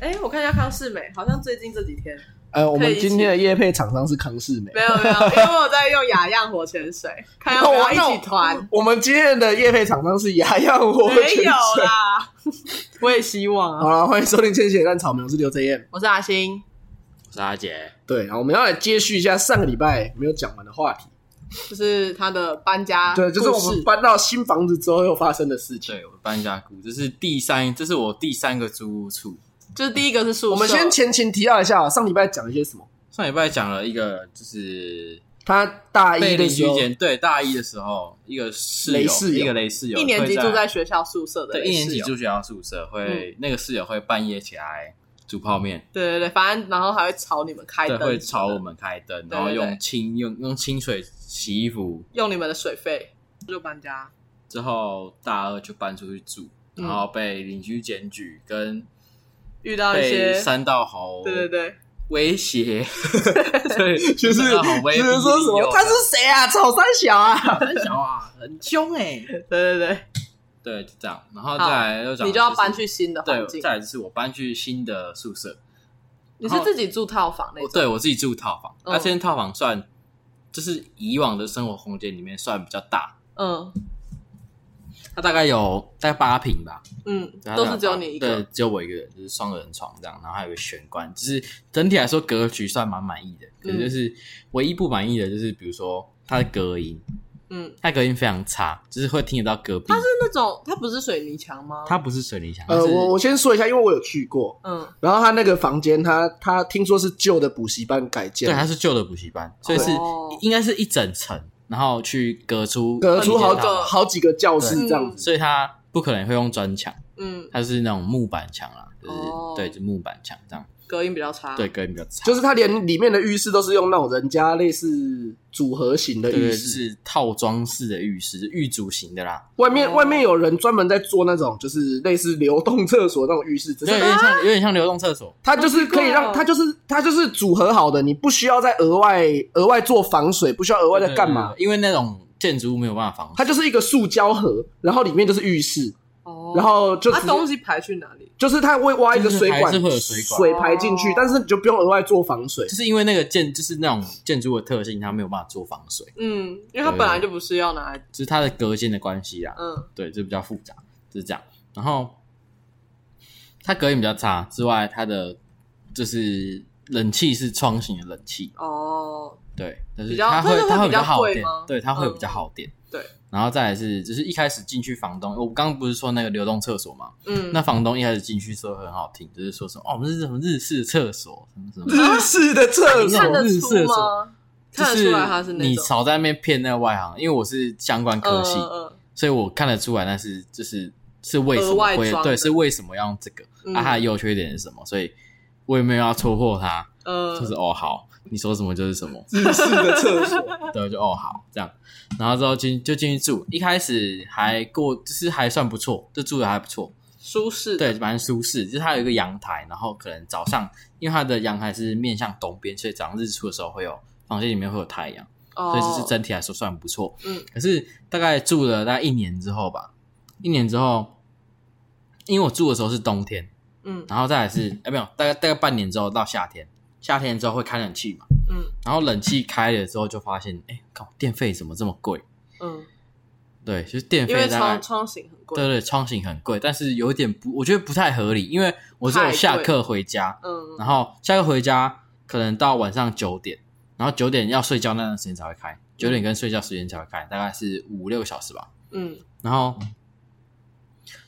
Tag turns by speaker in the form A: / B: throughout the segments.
A: 哎看一下康世美，好像最近这几天
B: 呃，我
A: 可
B: 们
A: 以一起
B: 今天的夜配厂商是康世美。
A: 没有没有，因为我有在用雅漾火泉水， 看要不要
B: 那我
A: 啊一起团。
B: 我们今天的夜配厂商是牙药火泉
A: 没
B: 水
A: 有啦， 我也希望
B: 好
A: 啊。
B: 了，欢迎收听《千禧蛋草莓》，我是刘泽燕。
A: 我是阿星，
C: 我是阿杰，
B: 对，然后我们要来接续一下上个礼拜没有讲完的话题，
A: 就是他的搬家啊故
B: 对，
A: 事，
B: 就是我们搬到新房子之后又发生的事情。
C: 对我搬家姑，这是第三，这是我第三个租屋处。
A: 就是第一个是宿舍，
B: 我们先前情提要一下，啊上礼拜讲了些什么？
C: 上礼拜讲了一个，就是
B: 他大一
C: 被
B: 的
C: 邻
B: 时
C: 居
B: 候，
C: 间对大一的时候，一个室
B: 雷
C: 友，
B: 室友
C: 一个雷室友，
A: 一年级
C: 会
A: 住在学校宿舍的
C: 对
A: 人
C: 一年
A: 室
C: 级
A: 友嗯
C: 住学校宿舍，会那个室友会半夜起来煮泡面，
A: 对对对，反正然后还会吵你们开
C: 对，
A: 灯，
C: 会朝我们开灯，
A: 对
C: 然后
A: 对对
C: 用清用用清水洗衣服，
A: 用你们的水费就搬家，
C: 之后大二就搬出去住，
A: 嗯
C: 然后被邻居检举跟
A: 遇到一
C: 被
A: 些
C: 三道猴
A: 对对对，
C: 威胁，对，
B: 就是
C: 三道猴威哦
B: 就是说什
C: 利
B: 么
C: 诱？
B: 他是谁啊？草三小啊？
C: 很小啊，很凶哎，
A: 对对对，
C: 对，就这样，然后再来又讲，
A: 你就要搬去新的环
C: 就是，对，
A: 境。
C: 再来就是我搬去新的宿舍，
A: 你是自己住套房那
C: 我
A: 种？
C: 对我自己住套房，
A: 嗯
C: 那现在套房算就是以往的生活空间里面算比较大，
A: 嗯
C: 它大概有大概八平吧，
A: 嗯，
C: 然后
A: 都是只有你一
C: 对
A: 个。，
C: 只有我一个人，就是双人床这样，然后还有个玄关，就是整体来说格局算蛮满意的。可是就是唯一不满意的就是，比如说它的隔音，
A: 嗯，
C: 它隔音非常差，就是会听得到隔壁。它是
A: 那种它不是水泥墙吗？
C: 它不是水泥墙，它
B: 呃，
C: 是
B: 我我先说一下，因为我有去过，
A: 嗯
B: 然后他那个房间，他他听说是旧的补习班改建
C: 对，
B: 的，
C: 它是旧的补习班，所以是
A: 哦
C: 应该是一整层，然后去隔出
B: 隔出好
C: 一
B: 几
C: 间
A: 个
C: 大楼
B: 好几个教室
A: 对
B: 这样子。
C: 所以它不可能会用砖墙，
A: 嗯，
C: 它是那种木板墙啦，就是
A: 哦啊
C: 对，就木板墙这样，
A: 隔音比较差。
C: 对，，隔音比较差。
B: 就是它连里面的浴室都是用那种人家类似组合型的
C: 对，
B: 浴
C: 就
B: 室，
C: 是套装式的浴室，浴主型的啦，
B: 外面
A: 哦
B: 外面有人专门在做那种就是类似流动厕所那种浴室，只
C: 对，有
B: 是
C: 点像，有点像流动厕所。
B: 它就是可
A: 好奇
B: 以
A: 怪哦
B: 让它就是它就是组合好的，你不需要再额外额外做防水，不需要额外再干嘛
C: 对？，对对因为那种建筑物没有办法防
B: 它
C: 水，
B: 就是一个塑胶盒，然后里面就是浴室，
A: 哦，
B: 然后就
A: 它
B: 直接
A: 东西排去哪里？
B: 就是它会挖一个
C: 就是
B: 水管
C: 还是会，有水管
B: 水排进
A: 哦
B: 去，但是你就不用额外做防水
A: 啊
C: 就。是因为那个建，就是那种建筑的特性，它没有办法做防水，
A: 嗯，因为它本来就不是要拿来，
C: 就是它的隔间的关系啊啦。
A: 嗯
C: 对，这比较复杂，就是这样。然后它隔音比较差之外，它的就是冷气是窗型的冷气，
A: 哦，
C: 对，但是
A: 比较
C: 它
A: 但是
C: 会
A: 会
C: 它会
A: 比
C: 较
A: 较
C: 耗
A: 贵
C: 电
A: 吗，
C: 对，它会比较
A: 嗯
C: 耗电。
A: 对，
C: 然后再来是，就是一开始进去房东，我刚刚不是说那个流动厕所嘛？
A: 嗯，
C: 那房东一开始进去说很好听，就是说什么哦，我们是什么日式厕所，什么什么，
B: 日式的厕
C: 那
B: 所
C: 种
A: 看得
C: 日式
A: 出
C: 的
A: 吗？
C: 就
A: 看得出来它是那
C: 你
A: 种。
C: 少在那边骗那个外行，因为我是相关科系，
A: 嗯
C: 所以我看得出来那是就是是为什
A: 额
C: 么
A: 外
C: 会
A: 装的
C: 对是为什么要用这个，
A: 嗯
C: 啊它的优缺点是什么，所以我也没有要戳破他，
A: 嗯
C: 就是哦好，你说什么就是什么，
B: 日式的厕所，
C: 对，我就哦好这样，然后之后进就进去住，一开始还过就是还算不错，就住的还不错，
A: 舒适的，
C: 对，蛮舒适，就是它有一个阳台，然后可能早上因为它的阳台是面向东边，所以早上日出的时候会有房间里面会有太阳。
A: 哦，
C: 所以就是整体来说算不错。
A: 嗯，
C: 可是大概住了大概一年之后吧，一年之后，因为我住的时候是冬天，
A: 嗯
C: 然后再来是哎、没有，大概大概半年之后到夏天，夏天之后会开冷气嘛，
A: 嗯
C: 然后冷气开了之后就发现，哎、靠，电费怎么这么贵？
A: 嗯，
C: 对，就是电
A: 因为
C: 费大
A: 窗
C: 概。
A: 窗型很贵
C: 对，对，窗型很贵，但是有点不，我觉得不太合理，因为我只有
A: 太贵
C: 下课回家，
A: 嗯，
C: 然后下课回家可能到晚上九点，然后九点要睡觉那段时间才会开，九点跟睡觉时间才会开，大概是五六个小时吧。
A: 嗯
C: 然后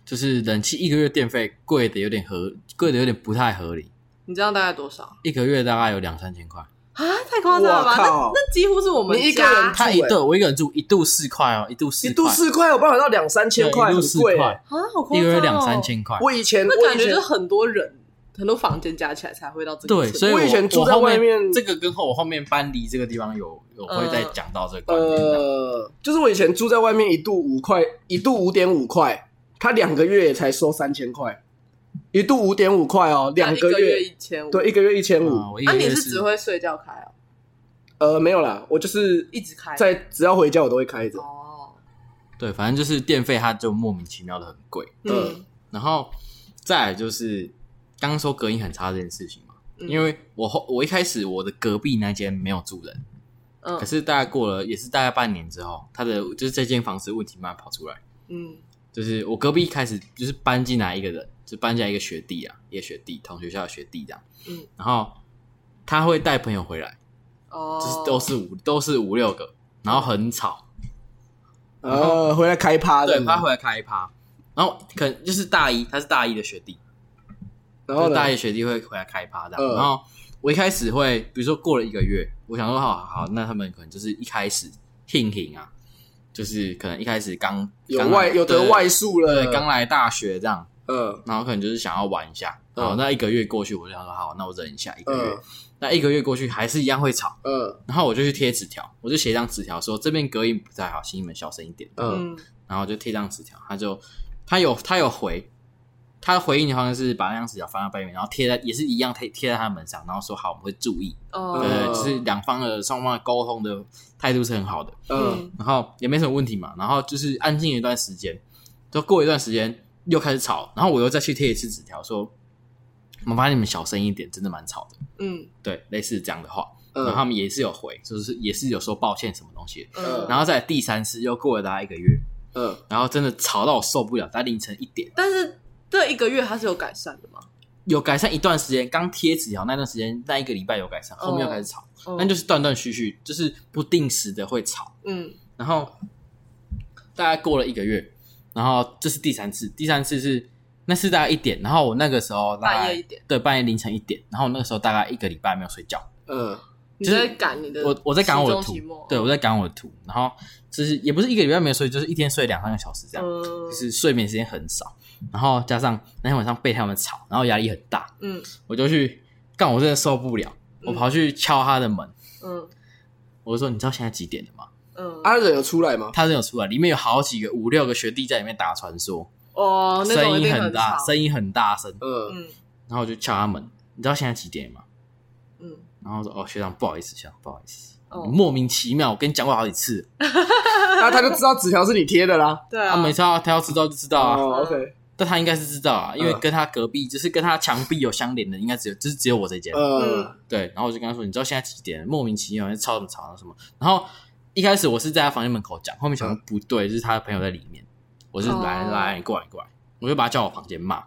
C: 就是冷气一个月电费贵的有点合，贵的有点不太合理，，
A: 你知道大概多少啊？
C: 一个月大概有两三千块。
A: 太夸张了吧？那
B: 我靠
A: 那几乎是我们
B: 你一个
A: 家
B: 人
C: 他一度我一个人住一度四块哦，一度四
B: 欸一
C: 块
B: 度四块，有办法到两三千块，
C: 对
B: 很
C: 一度四
B: 贵。欸
C: 块，
A: 啊，好夸
C: 一
A: 张
C: 个
A: 哦
C: 月两三，千块。
B: 我以前
A: 那
B: 我
A: 感
B: 以
A: 觉
B: 前
A: 就是很多人很多房间加起来才会到这个
C: 对，
A: 程度
C: 所以
B: 我以前住在
C: 后
B: 外面
C: 这个跟后我后面搬离这个地方有有会再讲到这个观点这样。
B: 呃，
A: 啊
B: 就是我以前住在外面一度五块，一度五点五块，他两个月也才收三千块，一度五点五块哦，
A: 那
B: 两
A: 一个
B: 月
A: 啊一千五，
B: 对一个月一千
C: 啊
B: 五，
C: 我一
A: 啊，
C: 个
A: 你
C: 月
A: 是只会睡觉开哦，
B: 呃，没有啦，我就是
A: 一直开
B: 在只要回家我都会开着，
A: 哦，
C: 对，反正就是电费它就莫名其妙的很贵，
A: 嗯
B: 嗯
C: 然后再来就是刚刚说隔音很差这件事情嘛，
A: 嗯
C: 因为我后我一开始我的隔壁那间没有住人，
A: 嗯
C: 可是大概过了也是大概半年之后，他的就是这间房子问题慢慢跑出来，
A: 嗯
C: 就是我隔壁一开始就是搬进来一个人，就搬进来一个学弟啊，一个学弟同学校的学弟这样，
A: 嗯，
C: 然后他会带朋友回来，就是
A: 哦，
C: 都是五都是五六个，然后很吵，
B: 呃，回来开趴的
C: 对，，他回来开趴，然后可能就是大一，他是大一的学弟，
B: 然
C: 就
B: 后
C: 是
B: 呢？
C: 大一学弟会回来开趴这样。
B: 嗯
C: 然后我一开始会，比如说过了一个月，我想说，好好好，那他们可能就是一开始 hing hing 啊，就是可能一开始刚
B: 有
C: 刚来
B: 外有
C: 对
B: 得外宿了，
C: 对刚来大学这样，
B: 嗯
C: 然后可能就是想要玩一下。
B: 嗯
C: 好，那一个月过去，我就想说，好，那我忍一下一个月
B: 嗯。
C: 那一个月过去还是一样会吵，
B: 嗯
C: 然后我就去贴纸条，我就写一张纸条说这边隔音不太好，请你们小声一点。
B: 嗯
A: 嗯
C: 然后我就贴张纸条，他就他有他有回，他回应好像是把那张纸条翻到背面，然后贴在也是一样贴贴在他的门上，然后说好我们会注意，
A: 哦，
C: 呃，
B: 嗯
C: 就是两方的双方的沟通的态度是很好的，
B: 嗯，
C: 然后也没什么问题嘛，然后就是安静一段时间，就过一段时间又开始吵，然后我又再去贴一次纸条说，麻烦你们小声一点，真的蛮吵的，
A: 嗯
C: 对，类似这样的话，然
B: 嗯
C: 后他们也是有回，就是也是有说抱歉什么东西的，
A: 嗯，
C: 然后再来第三次又过了大概一个月。
B: 嗯，
C: 然后真的吵到我受不了，在凌晨一点
A: 但是这一个月它是有改善的嘛？
C: 有改善一段时间，刚贴纸条那段时间那一个礼拜有改善，
A: 哦
C: 后面又开始吵，
A: 哦
C: 那就是断断续续，就是不定时的会吵，
A: 嗯
C: 然后大概过了一个月，然后这是第三次，第三次是那是大概一点，然后我那个时候大概
A: 半夜一点，
C: 对，半夜凌晨一点，然后我那个时候大概一个礼拜没有睡觉，
B: 嗯
A: 你
C: 就是
A: 在赶你的，
C: 我我在赶我的
A: 期
C: 图
A: 末，，嗯
C: 对我在赶我的图，然后就是也不是一个礼拜没有睡，就是一天睡两三个小时这样，
A: 嗯
C: 就是睡眠时间很少，然后加上那天晚上被他们吵，然后压力很大，
A: 嗯
C: 我就去干，我真的受不了，我跑去敲他的门，
A: 嗯
C: 我就说你知道现在几点了吗？
A: 嗯，
C: 啊
B: 阿啊忍有出来吗？
C: 他真的有出来，里面有好几个五六个学弟在里面打传说，
A: 哦，那种
C: 声
A: 一
C: 音
A: 定
C: 很大，
A: 吵
C: 声音很大声，
B: 嗯
A: 嗯
C: 然后我就敲他门，你知道现在几点吗？
A: 嗯，
C: 然后说哦学长不好意思，学长不好意思。
A: 哦
C: 莫名其妙，我跟你讲过好几次，
B: 那他就知道纸条是你贴的啦。
A: 对
C: 他
A: 啊，
C: 没差，他要知道就知道啊。
B: 哦，OK，
C: 但他应该是知道啊，因为
B: 嗯
C: 跟他隔壁，就是跟他墙壁有相连的，应该只有就是只有我这间。
B: 呃，
C: 对，然后我就跟他说，你知道现在几点了？莫名其妙在吵什么吵什么。然后一开始我是在他房间门口讲，后面想说不对，就是他的朋友在里面，我是来
A: 哦
C: 来，你过来你过来，我就把他叫我房间骂，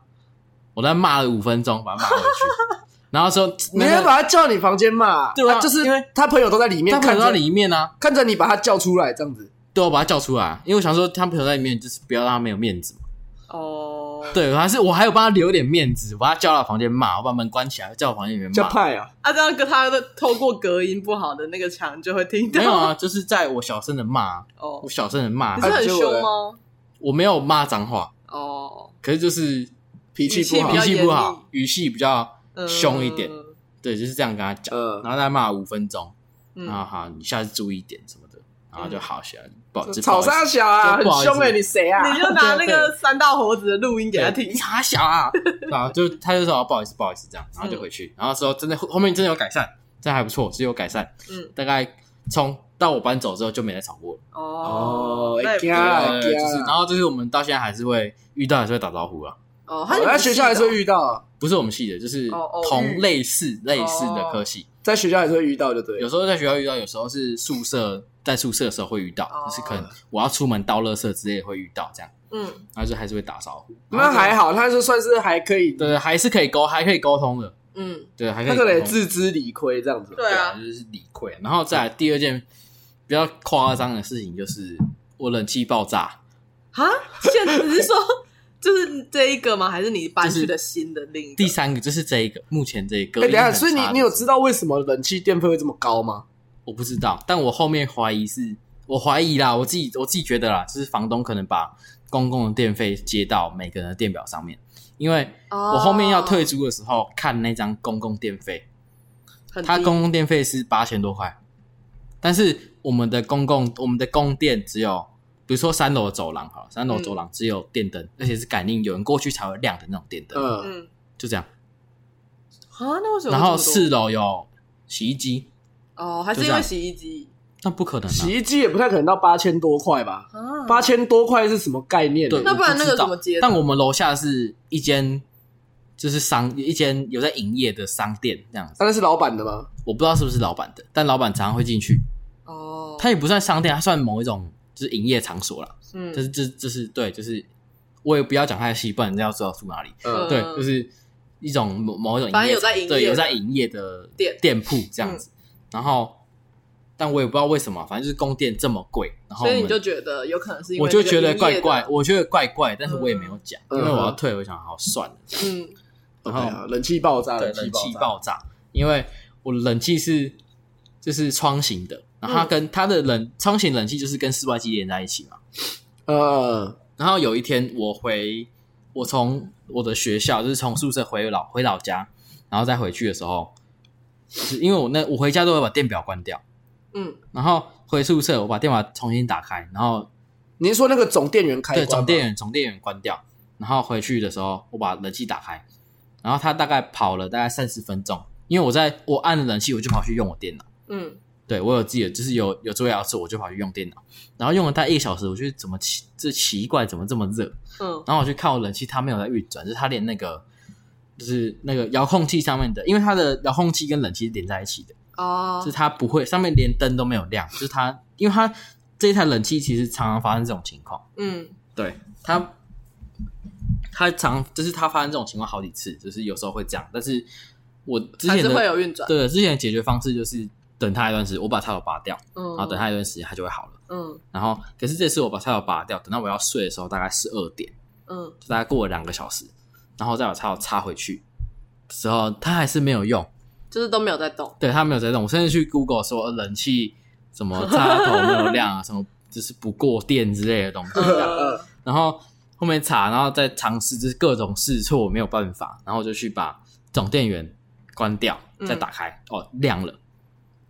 C: 我在骂了五分钟，把他骂回去，然后说
B: 你要把他叫你房间嘛？
C: 对啊
B: 就是
C: 因为
B: 他朋友都在里面
C: 他朋
B: 看
C: 友在
B: 着，
C: 里面啊，
B: 看着你把他叫出来这样子。
C: 对，我把他叫出来，啊因为我想说他朋友在里面，就是不要让他没有面子嘛。
A: 哦，
C: 对，我还是我还有帮他留一点面子，我把他叫到房间骂，我把门关起来，叫我房间里面
B: 叫
C: 骂。
B: 派啊，
A: 啊，这样跟他的透过隔音不好的那个墙就会听
C: 没有
A: 到。
C: 啊，就是在我小声的骂，啊
A: 哦
C: 我，小声的骂
A: 你，是
B: 啊
A: 很
B: 结果
A: 凶
B: 嘞
A: 吗？
C: 我没有骂脏话，
A: 哦，
C: 可是就是
B: 脾气不好
A: 比
C: 脾
A: 较
C: 气不
A: 严厉
C: 好，语气比较
A: 嗯
C: 凶一点，对，就是这样跟他讲，
B: 呃
C: 然后再骂五分钟，
A: 嗯
C: 然后好，你下次注意一点什么的，然后就好起来，不
A: 嗯
C: 好，这不
B: 草
C: 好意思
B: 沙小啊，
C: 这
B: 很
C: 不好意思
B: 凶哎，你谁啊？
A: 你就拿那个三道猴子的录音给他
C: 对
A: 听
C: 你。傻小啊， 然后就他就说哦不好意思，不好意思这样，然后就回去，然后之后真的后后面真的有改善，这还不错，是有改善，
A: 嗯，
C: 大概从到我搬走之后就没再吵过了，
A: 哦，那
B: 哎
A: 也不
B: 惊啊
C: 呃就是
B: 啊
C: 然后就是我们到现在还是会遇到还是会打招呼啊，
A: 哦，他
B: 哦在学校还是会
A: 遇
B: 遇到啊，
C: 不是我们系的，就是
A: 哦偶遇
C: 同类似类似的科系，
B: 在学校还是会遇到，就对了。
C: 有时候在学校遇到，有时候是宿舍在宿舍的时候会遇到，
A: 哦
C: 就是可能我要出门倒垃圾之类会遇到这样，
A: 嗯
C: 然后就还是会打招呼。
B: 那还好，他是算是还可以，
C: 对对，还是可以沟，还可以沟通的，
A: 嗯，
C: 对，还可
B: 他
C: 以
B: 可
C: 沟
B: 能也
C: 通。
B: 自知理亏这样子。
A: 对啊，
C: 就是理亏。然后再来第二件比较夸张的事情就是我冷气爆炸，
A: 啊，现 在你是说就是这一个吗？还是你搬
C: 就是
A: 去的新的另一个
C: 第？三个就是这一个，目前这一个。
B: 嗯哎，等一下，所以你你有知？道为什么冷气电费会这么高吗？
C: 我不知道，但我后面怀疑是，我怀疑啦，我自己我自己觉得啦，就是房东可能把公共的电费接到每个人的电表上面，因为。我
A: 我
C: 后面要退租的时候，看那张公共电费，它公共电费是八千多块，但是我们的公共我们的供电只有，比如说三楼的走廊好了，三楼走廊只有电灯，而且是感应有人过去才会亮的那种电灯，
B: 嗯，
A: 嗯
C: 就这样。
A: 啊，那为什么会这么多？
C: 然后四楼有洗衣机，
A: 哦，还是因为洗衣机
C: 那不可能
B: 洗
C: 啊！
B: 衣机也不太可能到八千多块吧？
A: 啊？
B: 八千多块是什么概念？
C: 对，
A: 那不然
C: 啊我
A: 那个
C: 知道
A: 怎么接的
C: 但我们楼下是一间就是商一间有在营业的商店这样子，
B: 那是老板的吗？
C: 我不知道是不是老板的，但老板常常会进去。
A: 哦，
C: 它也不算商店，它算某一种就是营业场所啦。
A: 嗯
C: 就是这就是对，就是我也不要讲太细，不然人家要知道住哪里。
A: 嗯
C: 对，就是一种某某一种，
A: 反正有在营业的
C: 对有在营业的
A: 店嗯
C: 店铺这样子。然后，但我也不知道为什么，反正就是供电这么贵。然后
A: 所以你
C: 我们
A: 就觉得有可能是因为
C: 我就
A: 那个
C: 觉得
A: 营业
C: 怪
A: 的
C: 怪，，我觉得怪怪，但是我也没有讲，
B: 嗯
C: 因为我要退，我想好算了。
A: 嗯，
B: 对
C: 然
B: 啊
C: 后，
B: 冷气爆炸，
C: 对，
B: 气
C: 冷气
B: 炸，
C: 爆炸，因为我冷气是就是窗型的，
A: 嗯
C: 然后它跟它的冷窗型冷气就是跟室外机连在一起嘛。
B: 呃，
C: 然后有一天我回，我从我的学校，就是从宿舍回老回老家，然后再回去的时候，就是因为我那我回家都会把电表关掉，
A: 嗯，
C: 然后回宿舍我把电表重新打开，然后
B: 您说那个总电源开
C: 对
B: 关吗，
C: 总电源总电源关掉，然后回去的时候我把冷气打开，然后它大概跑了大概三十分钟，因为我在我按了冷气，我就跑去用我电脑。
A: 嗯
C: 对我有自己的，就是有有作业要做，我就跑去用电脑，然后用了大概一个小时，我觉得怎么奇这奇怪，怎么这么热？
A: 嗯
C: 然后我去看我冷气，它没有在运转，就是它连那个就是那个遥控器上面的，因为它的遥控器跟冷气是连在一起的，
A: 哦
C: 就是，它不会上面连灯都没有亮，就是它因为它这一台冷气其实常常发生这种情况，
A: 嗯
C: 对它它常就是它发生这种情况好几次，就是有时候会这样，但是我之
A: 还
C: 前
A: 是会
C: 的
A: 有运转，
C: 对之前的解决方式就是等它一段时间，我把插头拔掉，
A: 嗯，
C: 然后等它一段时间它就会好了，
A: 嗯
C: 然后可是这次我把插头拔掉，等到我要睡的时候大概十二点。
A: 嗯
C: 就大概过了两个小时，然后再把插头插回去之后，它还是没有用，
A: 就是都没有在动，
C: 对它没有在动。我甚至去 Google 说呃冷气什么插头没有 亮啊，什么就是不过电之类的东西，
B: 呃
A: 嗯
B: 啊
C: 然后后面查，然后再尝试就是各种试错，没有办法，然后就去把总电源关掉，
A: 嗯
C: 再打开，哦亮了，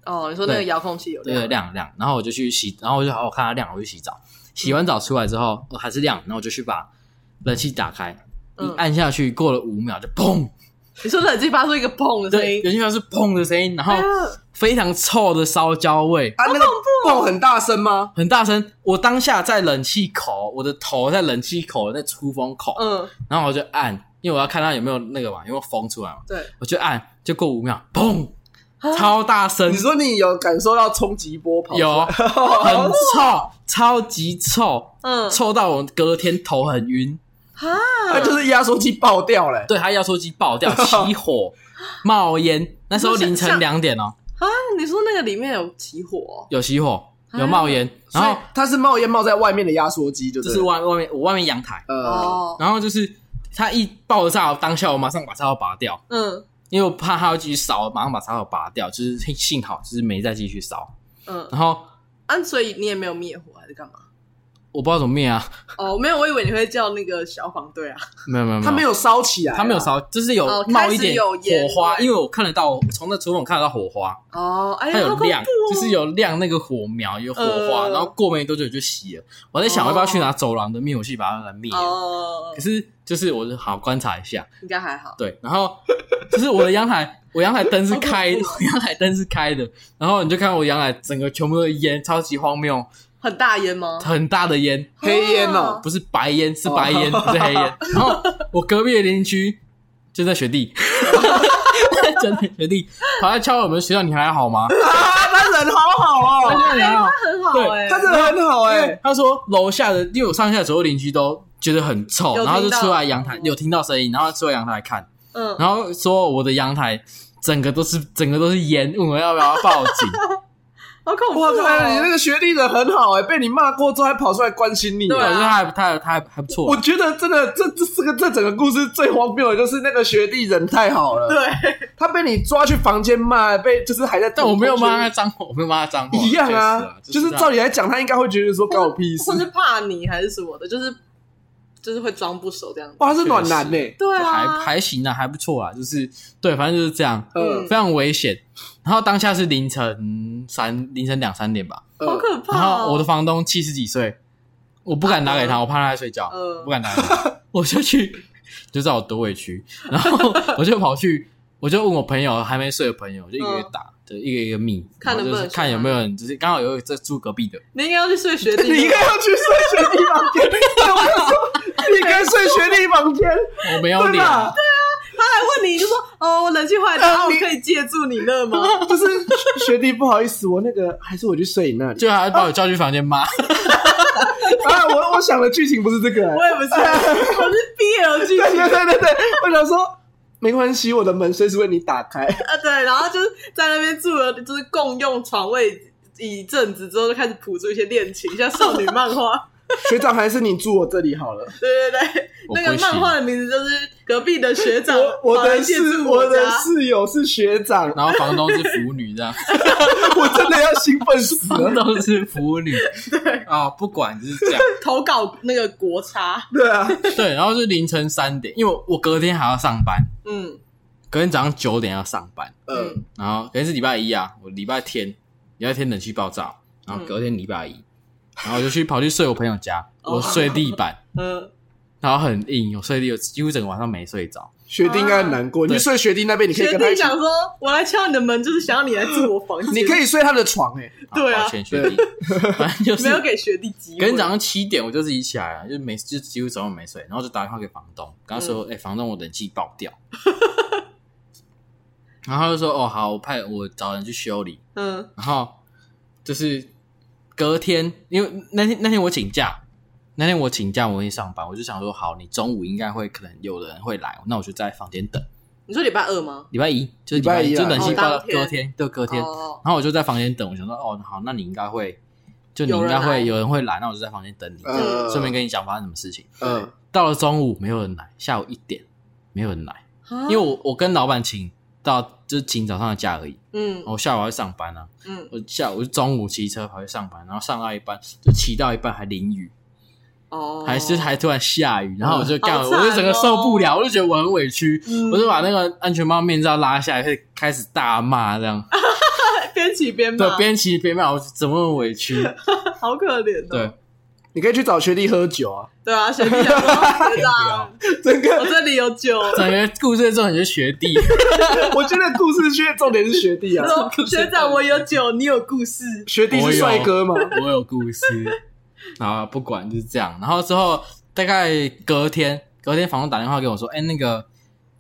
A: 哦，你说那个
C: 对
A: 遥控器有
C: 对
A: 亮，嗯
C: 亮了亮了，然后我就去洗，然后我就哦好我看它亮，我就洗澡，洗完澡出来之后、哦、还是亮，然后我就去把冷气打开。一
A: 嗯
C: 按下去，过了五秒就砰，
A: 你说冷气发出一个砰的声
C: 对，
A: 音，
C: 有些像是砰的声音，然后
A: 哎呀
C: 非常臭的烧焦味，
B: 啊，那个
A: 哦
B: 爆很大声吗？
C: 很大声。我当下在冷气口，我的头在冷气口在出风口，
A: 嗯，
C: 然后我就按，因为我要看它有没有那个嘛，有没有风出来嘛，
A: 对，
C: 我就按，就过五秒，砰，
A: 啊
C: 超大声
B: 你，说你有感受到冲击波跑出来？
C: 有啊很臭，超级臭，
A: 嗯
C: 臭到我隔天头很晕。
A: 啊，
B: 那就是压缩机爆掉了、欸
C: 对，它压缩机爆掉，起火，冒烟。那时候凌晨两点哦，
A: 啊，你说那个里面有起火
C: 有起火，有冒烟，
B: 所
C: 然
B: 以
C: 后
B: 它是冒烟冒在外面的压缩机，就
C: 这
B: 对
C: 是
B: 了
C: 外外面我外面阳台，
A: 哦
B: 呃，
A: 哦，
C: 然后就是它一爆炸，当下我马上把插头拔掉，
A: 嗯
C: 因为我怕它要继续烧，马上把插头拔掉。就是幸幸好就是没再继续烧。
A: 嗯，
C: 然后
A: 啊，所以你也没有灭火还是干嘛？
C: 我不知道怎么灭啊，
A: 哦，没有，我以为你会叫那个消防队啊，
C: 没有没有，
B: 它没
C: 有
B: 有烧起来啊，
C: 它没有烧，就是有
A: 哦
C: 冒一点
A: 开始有烟
C: 火花，
A: 对
C: 因为我看得到从那厨房看得到火花，
A: 哦，哎
C: 它
A: 呀，好
C: 有
A: 恐怖
C: 亮，
A: 哦，
C: 就是有亮那个火苗有火花，
A: 呃
C: 然后过没多久就熄了。我在想
A: 哦
C: 要不要去拿走廊的灭火器把它来灭，
A: 哦
C: 可，是就是我就好观察一下，
A: 应该还好，
C: 对，然后就是我的阳台，我阳台灯是开，
A: 好恐怖
C: 我阳台灯是开的，然后你就看我阳台整个全部都是烟，超级荒谬，
A: 很大烟吗？
C: 很大的烟，
B: 黑烟哦
C: 不是白烟，是白
A: 哦
C: 烟，不是 黑烟。然后我隔壁的邻居就在学弟， 真的学弟，跑来敲我们学校，你还好吗？
B: 啊，它人好好哦，
C: 你还好？
A: 他很好哎、
B: 它真的很好哎、
C: 对，他说楼下的，因为我上下左右邻居都觉得很臭，
A: 有
C: 然后就
A: 听到
C: 出来阳台
A: 哦
C: 有听到声音，然后出来阳台看。
A: 嗯，
C: 然后说我的阳台整个都是整个都是烟，问我要不要 报警。
A: 好恐怖、
B: 哇
A: 哦！
B: 靠， 你那个学历人很好哎、被你骂过之后还跑出来关心你、哦
C: 对，
A: 对啊
C: 我觉得他还他还他还还不错啊
B: 我。觉得真的，这这这个这整个故事最荒谬的就是那个学弟人太好了，
A: 对，
B: 他被你抓去房间骂，被就是还在，
C: 但我没有骂他脏话，我没有骂他脏话。
B: 一样啊，
C: 哦确实
B: 就是
C: 这样
B: 照理来讲，他应该会觉得说关我屁事
A: 或，是怕你还是什么的，就是就是会装不熟这样子。
B: 哇，他是暖男呢、
A: 对啊，
C: 还还行啊，还不错啊，就是对，反正就是这样，
B: 嗯
C: 非常危险。然后当下是凌晨三凌晨两三点吧，
A: 好
B: 呃，
A: 可
C: 然
A: 怕、哦。
C: 后我的房东七十几岁，我不敢打给他，我怕他在睡觉，
A: 嗯
C: 不敢打给他，我就去，就知道我多委屈，然后我就跑去，我就问我朋友还没睡的朋友，我就一个一个打，就一个一个密，
A: 嗯看
C: 然
A: 能
C: 后
A: 不
C: 就
A: 能
C: 是看有没有人，就是刚好有一个在住隔壁的，
A: 你应该要去睡学 弟，
B: 你应该要去睡学弟房间，对我就说你应该睡学弟房间，
C: 我没有
B: 对
C: 脸，
B: 吧？
A: 他来问你，就说哦，我冷气坏了，然后我可以借住你那 吗？
B: 不是学弟，不好意思，我那个还是我去睡你那里
C: 就还把我叫去房间骂。
B: 啊。我我想的剧情不是这个、
A: 我也不是，我是 BL 剧
B: 对
A: 情
B: 对对对对，我想说没关系，我的门随时为你打开。
A: 啊，对，然后就是在那边住了，就是共用床位一阵子之后，就开始谱出一些恋情，像少女漫画。
B: 学长，还是你住我这里好了。
A: 对对对，
C: 我
A: 那
C: 不
A: 个
C: 会
A: 漫
C: 信
A: 画的名字就是隔壁的学长
B: 我我
A: 跑来
B: 的
A: 借
B: 室
A: 住
B: 我的
A: 家。
B: 室友是学长，
C: 然后房东是腐女，这样
B: 我真的要兴奋死
C: 房
B: 了。
C: 东是腐女，对啊，不管就是这样。
A: 投稿那个国差，
B: 对啊，
C: 对，然后是凌晨三点，因为我隔天还要上班，
A: 嗯
C: 隔天早上九点要上班，
B: 嗯，
A: 嗯
C: 然后隔天是礼拜一啊，我礼拜天，礼拜天冷气爆炸，然
A: 嗯
C: 后隔天礼拜一，然后我就去跑去睡我朋友家，
A: 哦
C: 我睡地 板，
A: 嗯，
C: 然后很硬，我睡地，我几乎整个晚上没睡着。
B: 学弟应该很难过。你去睡学弟那边，你可以
A: 学
B: 跟他
A: 弟
B: 一起，
A: 想说，我来敲你的门，就是想要你来住我房间。
B: 你可以睡他的床欸诶、
C: 好
A: 对啊
C: 抱歉学弟， 反正就是
A: 没有给学弟机会。
C: 隔天早上七点我就自己起来了，就没就几乎早上没睡，然后就打电话给房东，跟他说：“
A: 嗯
C: 哎、房东，我冷气爆掉。” 然后他就说：“哦，好，我派我找人去修理。
A: 嗯”
C: 然后就是隔天，因为那天那天我请假，那天我请假我会上班，我就想说，好，你中午应该会可能有人会来，那我就在房间等。
A: 你说礼拜二吗？
C: 礼拜一就是礼拜
B: 礼拜一啊
C: 就冷气爆
A: 哦
C: 掉，
A: 当天
C: 隔天就隔天，
A: 哦，
C: 然后我就在房间等，我想说，哦，好，那你应该会，就你
A: 有
C: 应
A: 人
C: 该
A: 来
C: 会有人会来，那我就在房间等你，
B: 嗯
C: 呃顺便跟你讲发生什么事情。
B: 嗯，
C: 到了中午没有人来，下午一点没有人来，
A: 啊
C: 因为我我跟老板请到就是请早上的假而已，
A: 嗯
C: 我下午要上班啊，
A: 嗯
C: 我下午中午骑车跑去上班，然后上到一半就骑到一半还淋雨，
A: 哦，
C: 还是还突然下雨，然后我就干，
A: 好
C: 我
A: 惨哦
C: 就整个受不了，我就觉得我很委屈，
A: 嗯
C: 我就把那个安全帽面罩拉下来，开始开始大骂这样。
A: 边骑边骂
C: 对，，边骑边骂，我怎么那么委 屈？
A: 好可怜哦。
C: 对，
B: 你可以去找学弟喝酒啊。
A: 对啊，学弟想说 学长，
B: 整 个
A: 我这里有酒。
C: 整个故事的重点就是学弟，
B: 我觉得故事圈重点是学弟啊
A: 他， 说学长，我有酒，你有故事。
B: 学弟
C: 我
B: 是
C: 有
B: 帅哥吗？
C: 我有故事。啊，不管就是这样。然后之后大概隔天，隔天房东打电话给我说，哎、那个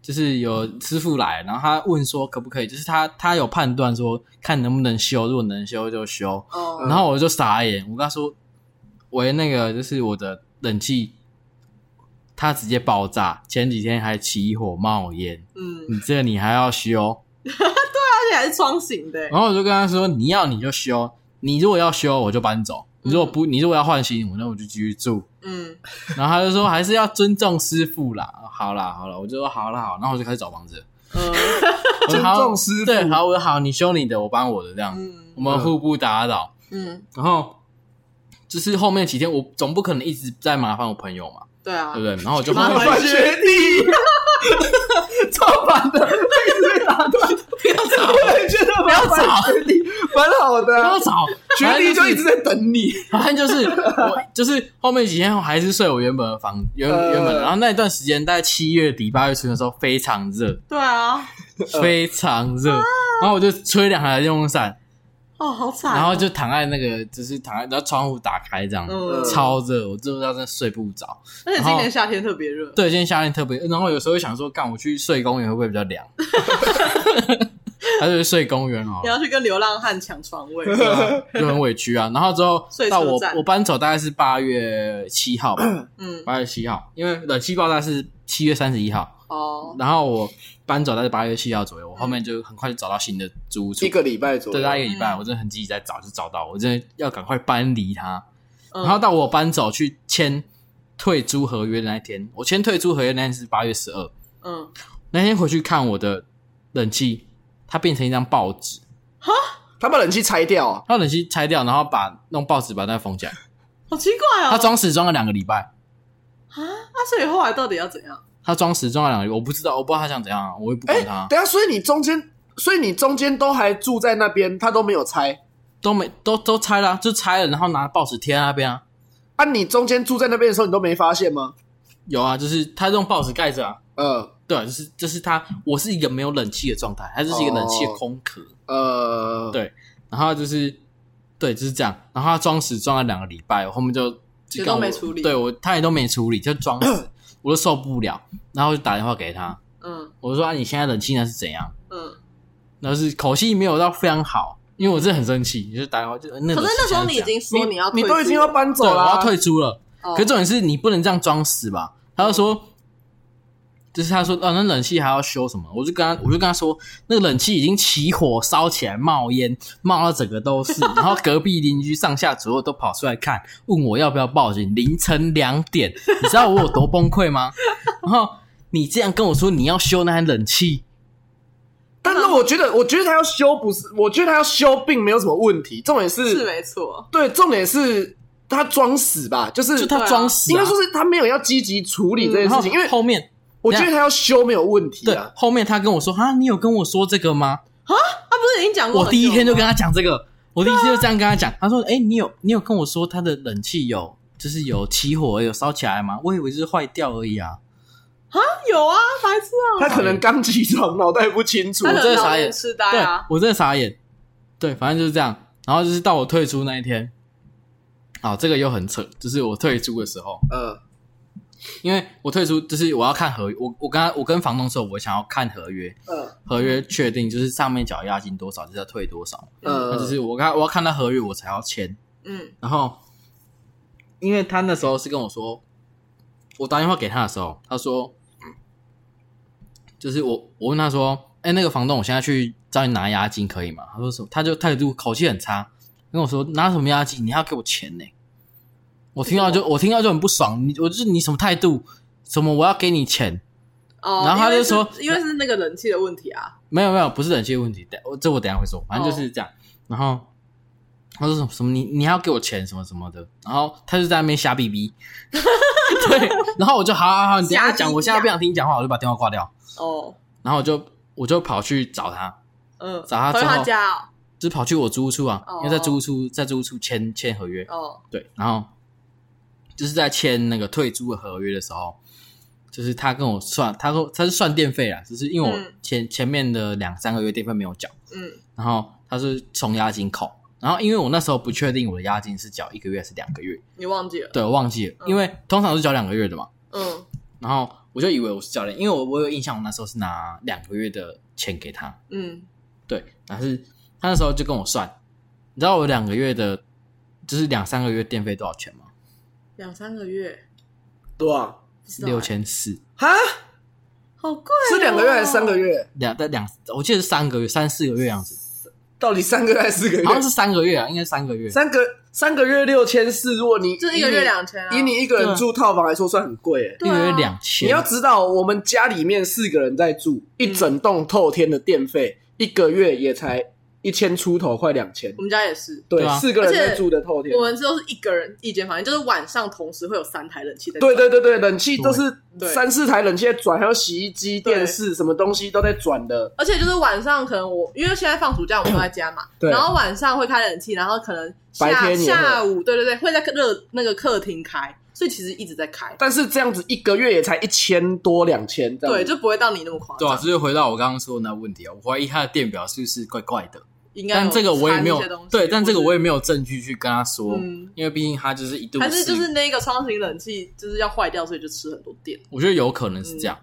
C: 就是有师傅来，然后他问说可不可以，就是他他有判断说看能不能修，如果能修就修。
A: 哦，
C: 然后我就傻眼，我跟他说，喂，那个就是我的冷气。它直接爆炸，前几天还起火冒烟，
A: 嗯，
C: 你这个你还要修？
A: 而且还是双型的，欸
C: 然后我就跟他说：“你要你就修，你如果要修我就搬走，你
B: 嗯
C: 如果不，你如果要换新，我那我就继续住。
A: 嗯，”
C: 然后他就说：“还是要尊重师傅啦。”好啦，好啦，我就说好啦，好。然后我就开始找房子，
A: 嗯
C: 我说好
B: 尊重师傅
C: 对，好，我说好，你修你的，我搬我的，这样
A: 嗯
C: 我们互不打扰。
A: 嗯，
C: 然后就是后面几天，我总不可能一直在麻烦我朋友嘛，
A: 对啊
C: 对不，对？然后我就
A: 麻
B: 麻
A: 烦
B: 烦学弟， 超烦的，一直被打断。
C: 不要吵，
B: 我也觉得麻
C: 不要
B: 烦学弟，蛮好
C: 不
B: 的啊
C: 要。吵，
B: 学弟就一直在等你，
C: 反正就是我，就是后面几天我还是睡我原本的房，原
B: 呃
C: 原本的。然后那一段时间，大概七月底八月初的时候，非常热，
A: 对啊，
C: 非常热。然后我就吹两台电风扇，
A: 哦，好惨哦。
C: 然后就躺在那个，就是躺在，然后窗户打开这样，
A: 嗯
C: 超热，我真不知道真的睡不着。
A: 而且今年夏天特别热，
C: 对，今天夏天特别，然后有时候会想说，干我去睡公园会不会比较凉？ 还是睡公园好
A: 你
C: 了，
A: 要去跟流浪汉抢床位。
C: 对啊就很委屈啊。然后之后
A: 睡
C: 到
A: 车
C: 我
A: 站
C: 我搬走大概是八月七号吧，
A: 嗯，
C: 八月七号，因为冷气爆炸是七月三十一号，
A: 哦，
C: 然后我搬走大概八月七号左右，我后面就很快就找到新的租屋处
B: 一，个礼拜左
C: 对，啊
B: 右。
C: 大概一个礼拜，
A: 嗯
C: 我真的很积极在找，就找到，我真的要赶快搬离它。
A: 嗯
C: 然后到我搬走去签退租合约的那一天，我签退租合约那天是八月十二，
A: 嗯，
C: 那天回去看我的冷气，它变成一张报纸，
B: 他把冷气拆掉啊，
C: 它冷气拆掉，然后把弄报纸把那封起来，
A: 好奇怪哦。
C: 它装死装了两个礼拜。
A: 啊，那所以后来到底要怎样？
C: 它装死装了两个礼拜，我不知道，我不知道它想怎样啊，我也不
B: 哎
C: 管它啊，，
B: 等一下，所以你中间，所以你中间都还住在那边，他都没有拆
C: 都没都都拆了啊、就拆了，然后拿报纸贴在那边啊。
B: 啊？你中间住在那边的时候，你都没发现吗？
C: 有啊，就是他用报纸盖着啊。
B: 呃
C: 对啊，就是就是他，我是一个没有冷气的状态，它就是一个冷气的空壳。
B: 呃，
C: 对然后就是对，就是这样。然后他装死装了两个礼拜，我后面就就
A: 也
C: 跟
A: 都没
C: 我
A: 处理
C: 对我他也都没处理，就装死，我都受不了。然后就打电话给他，
A: 嗯
C: 我就说啊，你现在冷气那是怎样？
A: 嗯。
C: 然后是口气没有到非常好，因为我真的很生气，你就打电话就那个。
A: 可是那时候你已经说要
B: 你
A: 退
B: 都已
A: 出
B: 经要搬走
C: 对，我
B: 了、
C: 要退出了。
A: 哦
C: 可是重点是你不能这样装死吧？他就说，就是他说啊，那冷气还要修什么？我就跟他，我就跟他说，那个冷气已经起火烧起来，冒烟冒到整个都 是，然后隔壁邻居上下左右都跑出来看，问我要不要报警。凌晨两点，你知道我有多崩 溃吗？然后你这样跟我说你要修那台冷气，
B: 但是我觉得，我觉得他要修不是，我觉得他要修并没有什么问题，重点是，
A: 是没错，
B: 对，重点是他装死吧，就是
C: 就他
A: 对啊
C: 装死、啊，嗯
B: 应该说是他没有要积极处理这件
C: 然
B: 事
C: 后
B: 情，因为
C: 后面
B: 我觉得他要修没有问题
C: 对
B: 啊。
C: 后面他跟我说哈，你有跟我说这个吗？
A: 他不是已经讲过很久吗？
C: 我第一天就跟他讲这个，我第一天就这样跟他讲，他说：“哎、你有你有跟我说他的冷气有就是有起火有烧起来吗？我以为是坏掉而已啊。
A: 有啊，白痴啊，
B: 他可能刚起床，脑袋不清 楚
A: 他。可
C: 真
A: 能
C: 的傻
A: 老
C: 眼
A: 年痴呆
C: 对
A: 啊，，
C: 我真的傻眼。对，反正就是这样。然后就是到我退出那一天，啊，这个又很扯，就是我退出的时候，
B: 呃，
C: 因为我退出就是我要看合约，我我跟他我跟房东说，我想要看合约，
B: 呃，
C: 合约确定就是上面缴押金多少就是要退多少，
B: 呃
C: 那就是我看我要看到合约我才要签。
A: 嗯
C: 然后，因为他那时候是跟我说，我打电话给他的时候，他说，就是我我问他说，哎、那个房东，我现在去找你拿押金可以吗？他说什么？他就态度口气很差，跟我说拿什么押金？你还要给我钱呢、我听到就我听到就很不爽，你我就是你什么态度？什么我要给你钱？
A: 哦，
C: 然后他就说
A: 因为是因为是那个冷气的问题啊，
C: 没有没有，不是冷气的问题，等我这我等一下会说，反正
A: 哦
C: 就是这样。然后他说什么什么你你还要给我钱什么什么的，然后他就在那边瞎逼 逼，对，然后我就好好好，你等一下
A: 瞎逼
C: 讲，
A: 逼啊
C: 我现在不想听你讲话，我就把电话挂掉，
A: 哦，
C: 然后我就我就跑去找他，
A: 嗯，
C: 找他之
A: 回
C: 后
A: 他家哦
C: 就是跑去我租屋处啊，
A: 哦
C: 因为在租屋处在租屋处签签合约，
A: 哦，
C: 对，然后就是在签那个退租的合约的时候，就是他跟我算，他跟我他是算电费啦，就是因为我
A: 嗯
C: 前、前面的两三个月电费没有缴。
A: 嗯
C: 然后他是从押金扣，然后因为我那时候不确定我的押金是缴一个月还是两个月，
A: 你忘记了，
C: 对我忘记了，
A: 嗯
C: 因为通常是缴两个月的嘛，
A: 嗯
C: 然后我就以为我是教练，因为我我有印象，我那时候是拿两个月的钱给他，
A: 嗯
C: 对，但是他那时候就跟我算，你知道我两个月的，就是两三个月电费多少钱吗？
A: 两三个月，
B: 多少？
A: 不知道
C: 六，千四，
B: 哈，
A: 好贵哦，
B: 是两个月还是三个月？
C: 两但两，我记得是三个月，三四个月样子，
B: 到底三个月还是四个月
C: 好？像是三个月啊，应该是三个月，
B: 三个三个月六千四，如果你
A: 就一个
B: 以
A: 月
B: 你
A: 两千啊
B: 以你一个
C: 对啊
B: 人住套房来说，算很贵欸。
C: 一
A: 对
C: 个
A: 啊
C: 月两千，
B: 你要知道，我们家里面四个人在住，一整栋透天的电费，一个月也才一千出头，快两千
A: 我。们家也是。
B: 对
C: 对啊，
B: 四个人
A: 而且
B: 在住的透天
A: 我，们都是一个人一间房间，就是晚上同时会有三台冷气在。
B: 对，对对对，冷气都是
A: 对
B: 三四台冷气在转，还有洗衣机、
A: 对
B: 电视，什么东西都在转的。
A: 而且就是晚上可能我因为现在放暑假我们都在家嘛，
B: 对
A: 然后晚上会开冷气，然后可能
B: 白
A: 下
B: 天也会
A: 下午对对对会在热那个客厅开，所以其实一直在开，
B: 但是这样子一个月也才一千多两千，这样
A: 对，
B: 子
A: 就不会到你那么夸
C: 对啊，
A: 张。
C: 这就回到我刚刚说的那问题啊，我怀疑他的电表是不是怪怪的，
A: 应该有
C: 但这个我也没有
A: 掺一些东西
C: 对，但这个我也
A: 或
C: 没有证据去跟他说，
A: 嗯
C: 因为毕竟他就是一度
A: 是还是就是那个窗型冷气就是要坏掉，所以就吃很多电。
C: 我觉得有可能是这样，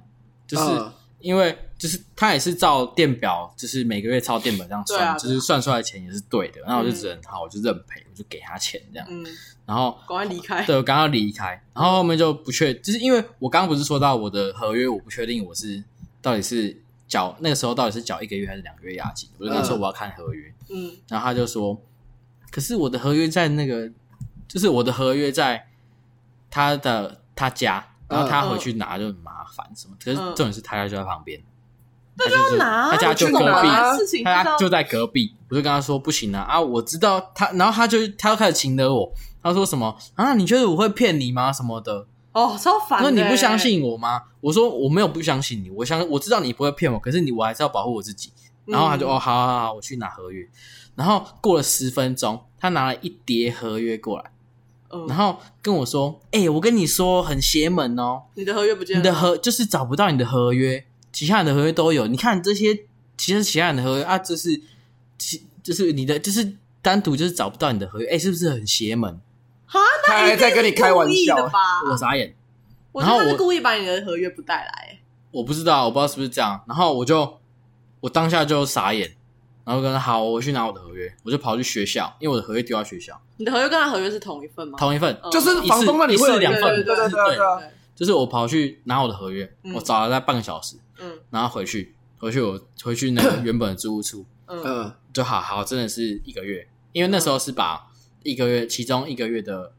C: 就是、
B: 嗯
C: 因为就是他也是照电表，就是每个月照电表这样算，
A: 对啊对啊
C: 就是算出来的钱也是对的，那我就只能好，我就认赔，我就给他钱这样，
A: 嗯，
C: 然后
A: 赶快离开。
C: 对，我刚刚离开，然后后面就不确，就是因为我刚刚不是说到我的合约，我不确定我是到底是缴那个时候到底是缴一个月还是两个月押金，我就跟他
B: 嗯
C: 说我要看合约，
A: 嗯，
C: 然后他就说，可是我的合约在那个，就是我的合约在他的他家，然后
A: 嗯
C: 他回去拿就很麻烦什么，可是重点是他家就在旁边。他就是
A: 拿
C: 他家就
B: 去
C: 隔
B: 哪
C: 壁，
B: 啊
A: 事情
C: 他
A: 知道
C: 就在隔壁，我就跟他说不行啊啊！我知道他，然后他就他就开始请得我，他说什么啊？你觉得我会骗你吗？什么的？
A: 哦，超烦
C: 那
A: 的欸。
C: 你不相信我吗？我说我没有不相信你，我相我知道你不会骗我，可是你我还是要保护我自己。然后他
A: 嗯
C: 就、哦，好好好，我去拿合约。然后过了十分钟，他拿了一叠合约过来，
A: 嗯？
C: 然后跟我说：“哎、我跟你说很邪门哦，
A: 你的合约不见
C: 你
A: 了，
C: 的合就是找不到你的合约，其他人的合约都有。你看这些，其实其他人的合约啊，这是其就是你的就是单独就是找不到你的合约，哎、是不是很邪门？
A: 哈，
B: 他
A: 那一
B: 还
A: 定
B: 在跟你
A: 是
B: 开玩
A: 故意
B: 笑
A: 的吧？
C: 我傻眼。
A: 我觉得
C: 然
A: 他
C: 后
A: 是
C: 我
A: 故意把你的合约不带来，
C: 我不知道，我不知道是不是这样。然后我就我当下就傻眼，然后跟他好，我去拿我的合约，我就跑去学校，因为我的合约丢在学校，
A: 你的合约跟他合约是同一份吗？
C: 同一份，
A: 嗯
B: 就是
C: 一
B: 房
C: 次
B: 东那里
C: 一
B: 会有
C: 次两份，
B: 对对对对对啊
A: 对，
C: 就是我跑去拿我的合约，
A: 嗯
C: 我找了大概半个小时，
A: 嗯
C: 然后回去，回去我回去那个 原本的租屋处，
A: 嗯
B: 嗯
C: 就好好真的是一个月，因为那时候是把一个月其中一个月的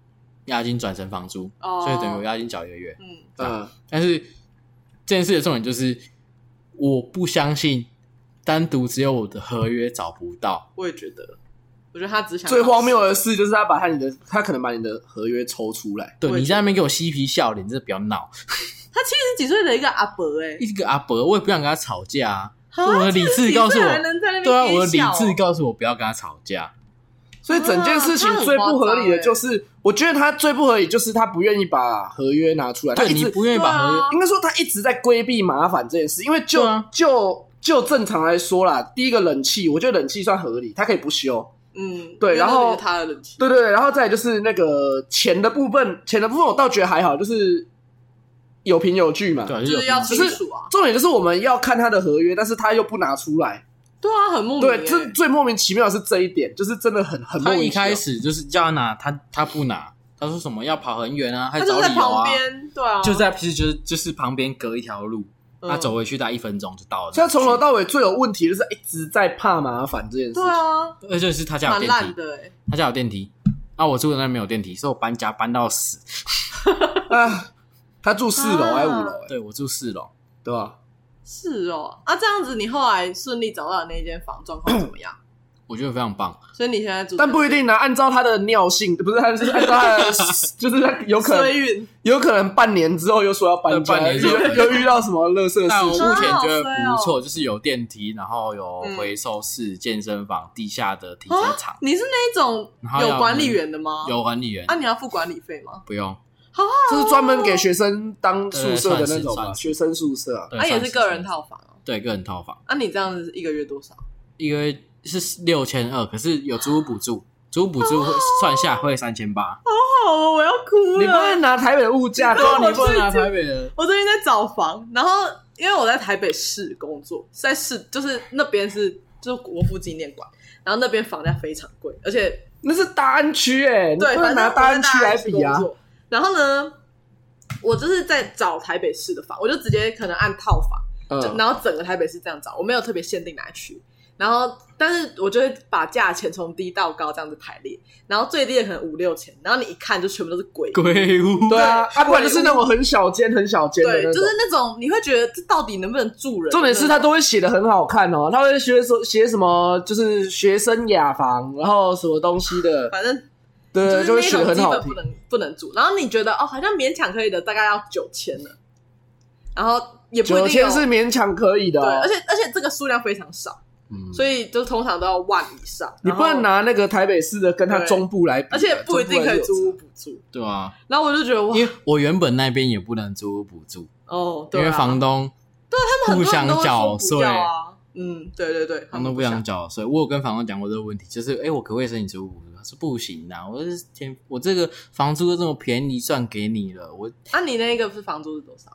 C: 押金转成房租，
A: 哦
C: 所以等于我押金缴一个月。
A: 嗯，
B: 嗯，
C: 但是这件事的重点就是，我不相信单独只有我的合约找不到，
A: 我也觉得，我觉得他只想
B: 最荒谬的事就是他把他你的，他可能把你的合约抽出来，
C: 对
A: 我也
C: 你
A: 觉
C: 在
A: 得
C: 那边给我嬉皮笑脸，真的不要闹。
A: 他七十几岁的一个阿伯哎、
C: 一个阿伯，我也不想跟他吵架啊。
A: 啊
C: 我的理智告
A: 70
C: 诉
A: 岁
C: 我
A: 还能在那边，
C: 对啊，我的理
A: 憋笑哦
C: 智告诉我不要跟他吵架。
B: 所以整件事情
A: 啊他很
B: 最不合理
A: 夸张
B: 的
A: 欸
B: 就是，我觉得他最不合理就是他不愿意把合约拿出来，他
C: 对
B: 一
C: 你
B: 直
C: 不愿意把合约
A: 对啊
B: 应该说他一直在规避麻烦这件事，因为就、
C: 对啊
B: 就就正常来说啦，第一个冷气，我觉得冷气算合理，它可以不修。
A: 嗯，因为
B: 对然
A: 那
B: 后
A: 就是他的冷气，
B: 对对对，然后再来就是那个钱的部分，钱的部分我倒觉得还好，就是有凭有据嘛。
C: 对啊，
A: 就
C: 有
A: 是要
C: 理智
A: 清
B: 只是
A: 楚啊，
B: 重点就是我们要看他的合约，但是他又不拿出来。
A: 对啊，很莫名、欸，
B: 对，这最莫名其妙的是这一点，就是真的很很莫
C: 他
B: 名
C: 一
B: 其妙
C: 开。始就是叫他拿，他他不拿，他说什么要跑很远啊，还
A: 他
C: 找
A: 就在
C: 理由
A: 旁
C: 啊，
A: 边，对啊，
C: 就在其实就是就是旁边隔一条路，
A: 嗯
C: 他走回去大概一分钟就到了。
B: 所以他从头，到尾最有问题就是哎一直在怕麻烦这件事情。
A: 对啊，
C: 而且是他家有
A: 蛮
C: 电
A: 烂
C: 梯，
A: 的哎、
C: 他家有电梯，啊，我住的那没有电梯，所以我搬家搬到死。
B: 啊，他住四楼
A: 啊
B: 还是五楼、欸？
C: 对我住四楼，
B: 对吧？
A: 是哦，啊，这样子你后来顺利找到的那间房状况怎么 样？
C: 我觉得非常棒。
A: 所以你现在住，
B: 但不一定啊，按照他的尿性，不是他就是按照他的， 就是他有可
A: 衰
B: 能
A: 运，
B: 有可能半年之后又说要搬家，
C: 对半年之后
B: 又又遇到什么乐色
C: 但我
B: 事
C: 目
B: 情。
C: 前
A: 啊
C: 觉得
A: 哦
C: 不错，就是有电梯，然后有
A: 嗯
C: 回收室、健身房、地下的停
A: 啊
C: 车场，
A: 你是那一种
C: 然后要
A: 有管理员的吗？，
C: 有管理员，
A: 啊，你要付管理费吗？
C: 不用，
B: 这是专门给学生当宿舍的那
C: 对
B: 种
C: 哦算
B: 吧，
C: 是
B: 学生宿舍啊。
C: 对
A: 啊，也
C: 算
A: 是个人，套房哦。
C: 对个人套房，
A: 啊，你这样子一个月多少？
C: 一个月是六千二，可是有租屋补助，租屋补助会算下会三千八。
A: 哦，我要哭
B: 你不能拿台北的物价，
A: 对啊
B: 高，
A: 我
B: 你不能拿台北的。
A: 我最近在找房，然后因为我在台北市工作，是在市就是那边是就是国父纪念馆，然后那边房价非常贵，而且
B: 那是大安区哎、你
A: 对，
B: 不
A: 反
B: 能
A: 正
B: 拿
A: 我在
B: 大
A: 大
B: 安区来比啊
A: 安区工。作。然后呢，我就是在找台北市的房，我就直接可能按套房，就
B: 嗯，
A: 然后整个台北市这样找，我没有特别限定哪一区。然后，但是我就会把价钱从低到高这样子排列，然后最低的可能五六千，然后你一看就全部都是鬼屋
C: 鬼屋，
B: 对啊，
A: 对
B: 啊，不然就是那种很小间、很小间的
A: 对，
B: 那
A: 就是
B: 种。
A: 那种你会觉得这到底能不能住人？
B: 重点是他都会写的很好看哦，他会学说写什么，就是学生雅房，然后什么东西的，
A: 反正
B: 对，呃就
A: 就
B: 会
A: 是
B: 写
A: 那
B: 的
A: 种
B: 很
A: 基
B: 好
A: 本
B: 听
A: 不。能不能住，然后你觉得哦，好像勉强可以的，大概要九千了，然后也不
B: 九
A: 一定有
B: 千是勉强可以的、
A: 对，
B: 哦
A: 而，且而且这个数量非常少，
C: 嗯，
A: 所以就通常都要万以上。
B: 你
A: 然
B: 不
A: 后
B: 能，拿那个台北市的跟它
A: 对
B: 中部来比啊，
A: 而且不一定可以租屋
B: 中部
A: 补助。
C: 对啊，
A: 然后我就觉得哇，
C: 因为我原本那边也不能租屋补助，
A: 哦，
C: 因
A: 对啊
C: 为房东
A: 很多
C: 不
A: 人
C: 想
A: 都会
C: 缴
A: 说不
C: 税
A: 要，啊。嗯，对对对，
C: 房东不想缴税。我有跟房东讲过这个问题，就是哎，我可不可以申请租屋补助？他说不行啊，我是天，我这个房租都这么便宜，算给你了，我
A: 啊，你那个是房租是多少？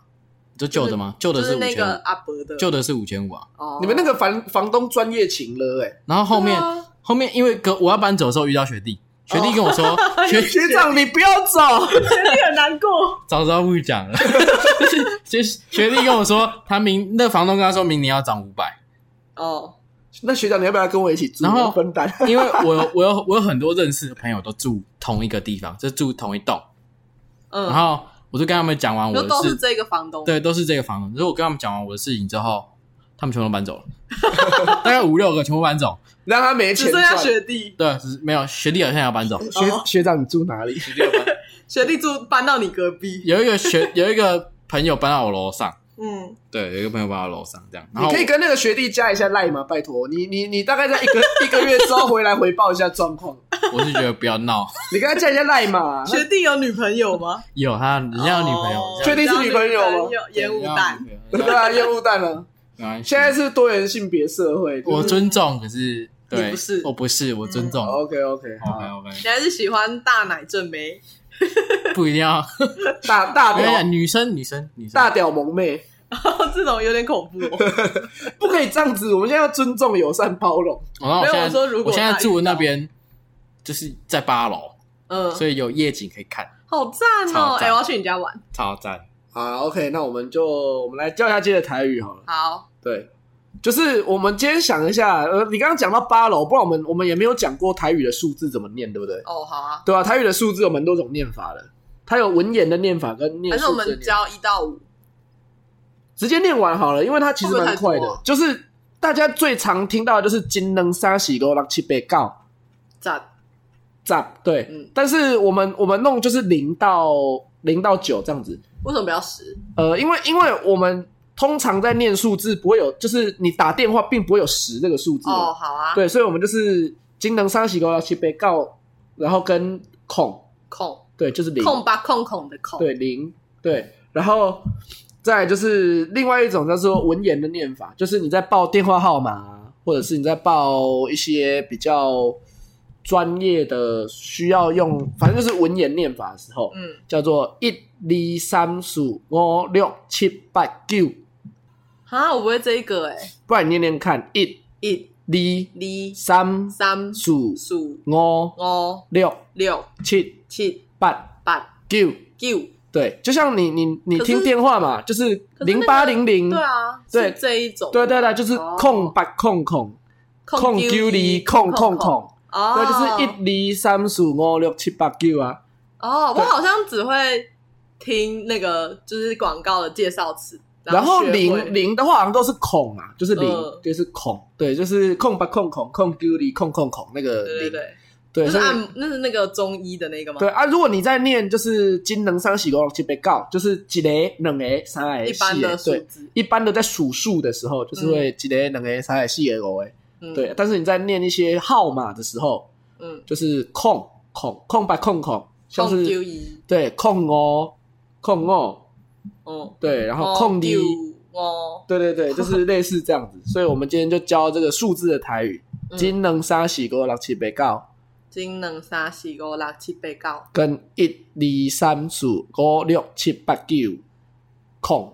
C: 就旧的吗？旧
A: 就
C: 的是五
A: 那个
C: 千，
A: 阿伯的，
C: 旧的是五千五啊。
A: 哦，
B: 你们那个房房东专业情了哎、
C: 然后后面
A: 对啊
C: 后面因为隔我要搬走的时候遇到学弟，
A: 哦
C: 学弟跟我 说，学
B: 学长你不要走，
A: 你很难过，
C: 早知道不讲了， 就是学学弟跟我说，他明那房东跟他说明年要涨五百。
A: 哦，
B: 那学长你要不要跟我一起住？
C: 然后
B: 我分担。
C: 因为我有我有我有很多认识的朋友都住同一个地方，就住同一栋。
A: 嗯，
C: 然后我就跟他们讲完我
A: 就
C: 的
A: 都是
C: 事，
A: 这个房东，
C: 对，都是这个房子。所以我跟他们讲完我的事情之后，他们全部都搬走了， 大概五六个全部搬走。
B: 让他没
A: 只
B: 钱
A: 剩下
B: 赚。
A: 学弟，
C: 对，只是没有学弟好像也要搬走，
B: 学
A: 哦
B: 学长你住哪里？
A: 学弟住搬到你隔壁，
C: 有一个学有一个朋友搬到我楼上，
A: 嗯，
C: 对，有一个朋友搬到楼上这样。然
B: 你
C: 后
B: 可以跟那个学弟加一下赖吗？拜托你你你大概在一个 一个月之后回来回报一下状况，
C: 我是觉得不要闹，
B: 你跟他加一下赖嘛。
A: 学弟有女朋友吗？
C: 有他人家有啊女朋友，
A: 哦
B: 确定是女朋友吗
A: 人家有烟雾弹，，
B: 对啊，烟雾弹了。
C: 没关系
B: 现在是多元性别社会，
C: 我尊重，可是对，
A: 你不是
C: 我不是，我尊重。
B: OK OK，
C: OK OK，
A: 你还是喜欢大奶正妹？
C: 不一定要。
B: 大大
C: 哎我跟你
B: 屌
C: 讲，女生女生女生
B: 大屌萌妹，
A: 哦这种有点恐怖、哦。
B: 不可以这样子，我们现在要尊重、友善、包容。
C: 然后我
A: 没有
C: 现在
A: 我说如果
C: 我现在
A: 他遇
C: 住的那
A: 到
C: 边就是在八楼，
A: 嗯，
C: 所以有夜景可以看，
A: 好赞哦！
C: 超
A: 哎、
C: 赞
A: 我要去你家玩。
C: 超赞。
B: 好，OK，那我们就我们来教一下今天的台语好了。
A: 好，
B: 对，就是我们今天想一下，呃，你刚刚讲到八楼，不然我们我们也没有讲过台语的数字怎么念，对不对？
A: 哦，好啊。
B: 对啊，台语的数字有蛮多种念法的，它有文言的念法跟念
A: 还
B: 数
A: 是
B: 字
A: 我们
B: 的念法。
A: 教一到五，
B: 直接念完好了，因为它其实蛮
A: 会
B: 快
A: 不会太
B: 的，
A: 多啊
B: 就是大家最常听到的就是金能三喜多六七八九
A: 赞。
B: 赞，对，
A: 嗯
B: 但是我们我们弄就是零到零到九这样子，
A: 为什么不要十？
B: 呃，因为因为我们通常在念数字不会有，就是你打电话并不会有十这个数字的，
A: 哦，好啊。，
B: 对，所以我们就是金能三喜多六七八九，然后跟空，
A: 空
B: 对，就是零，
A: 空吧，空空的空。
B: 对零对，然后再来就是另外一种叫做文言的念法，就是你在报电话号码啊，或者是你在报一些比较专业的需要用，反正就是文言念法的时候，
A: 嗯，
B: 叫做一、二、三、四、五、六、七、八、九，
A: 啊，我不会这一个哎、
B: 不然你念念看，一、
A: 一、
B: 二、
A: 二、
B: 三、
A: 三、
B: 四、五、
A: 四、五、
B: 六、
A: 六、
B: 七、
A: 七、
B: 八、
A: 八、
B: 九。
A: 九。
B: 对，就像你你你
A: 可
B: 听
A: 是
B: 电话嘛，就是
A: 可是
B: 零
A: 那
B: 八
A: 个
B: 零零，
A: 对啊，
B: 对
A: 是这一种。
B: 对对对，就是
A: 哦
B: 空白空空空丢离空空空，
A: 哦，
B: 对，就是一、二、三、四、五、六、七、八、九啊。
A: 哦，我
B: 对
A: 好像只会听那个就是广告的介绍词，
B: 然后
A: 后学会
B: 零零的话好像都是空啊，就是零
A: 嗯，
B: 就是空，对，就是空白空空空丢离空空空那个
A: 对对
B: 零，
A: 对，
B: 对，
A: 就是
B: 所以
A: 按那是那个中医的那个吗？
B: 对，啊，如果你在念就是金能三喜五六七八九，就是几个、两个、三个、
A: 一
B: 四
A: 般
B: 个，
A: 的数
B: 哎对。
A: 字，
B: 一般的在数数的时候，就是会几个、两个、三个、四个、五个，
A: 嗯，
B: 对。但是你在念一些号码的时候，
A: 嗯，
B: 就是空空空白空空，像
A: 空丢
B: 是
A: 一，
B: 对空哦空哦，
A: 哦，
B: 对，然后空的，
A: 哦，
B: 对对对， 就是类似这样子。所以我们今天就教这个数字的台语，
A: 嗯
B: 金能沙喜锅六七八九，
A: 金能三四五六七八九，
B: 跟一二三四五六七八九空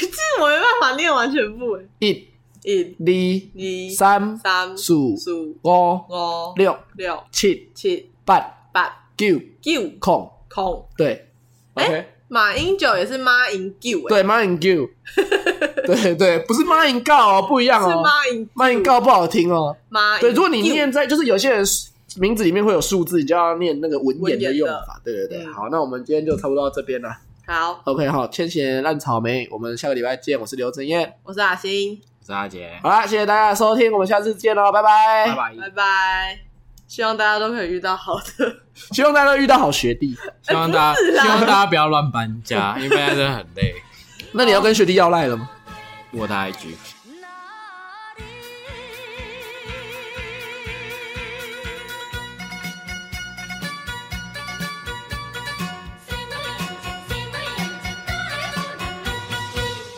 A: 这哎我没办法念完全部诶，
B: 一
A: 一、
B: 二
A: 一、
B: 三
A: 三、
B: 四
A: 四、五、
B: 五六
A: 六、
B: 七
A: 七、
B: 八
A: 八、
B: 九
A: 九、
B: 空，
A: 空。
B: 对
A: 哎
B: ，OK。
A: 马英九也是妈英九诶，
B: 对，Mind and Gill，对对，不是 Mind and Gill 哦，不一样
A: 是
B: 哦
A: 妈英
B: ，Mind and Gill 不好听哦。
A: 妈。
B: 对，如果你念在，就是有些人名字里面会有数字，你就要念那个文言的用法。对对对，
A: 嗯
B: 好，那我们今天就差不多到这边了。
A: 好，
B: OK，好，千禧烂草莓，我们下个礼拜见。我是刘真燕，
A: 我是阿星，
C: 我是阿
A: 哎
C: 杰，
B: 好啦，谢谢大家的收听，我们下次见哦喽，拜拜。
C: 拜拜。
A: 拜拜。希望大家都可以遇到好的。
B: 希望大家都遇到好学弟。
C: 希望大家
A: 不是啦
C: 希望大家不要乱搬家，因为搬家真的很累。
B: 那你要跟学弟要赖了吗？
C: 我的 IG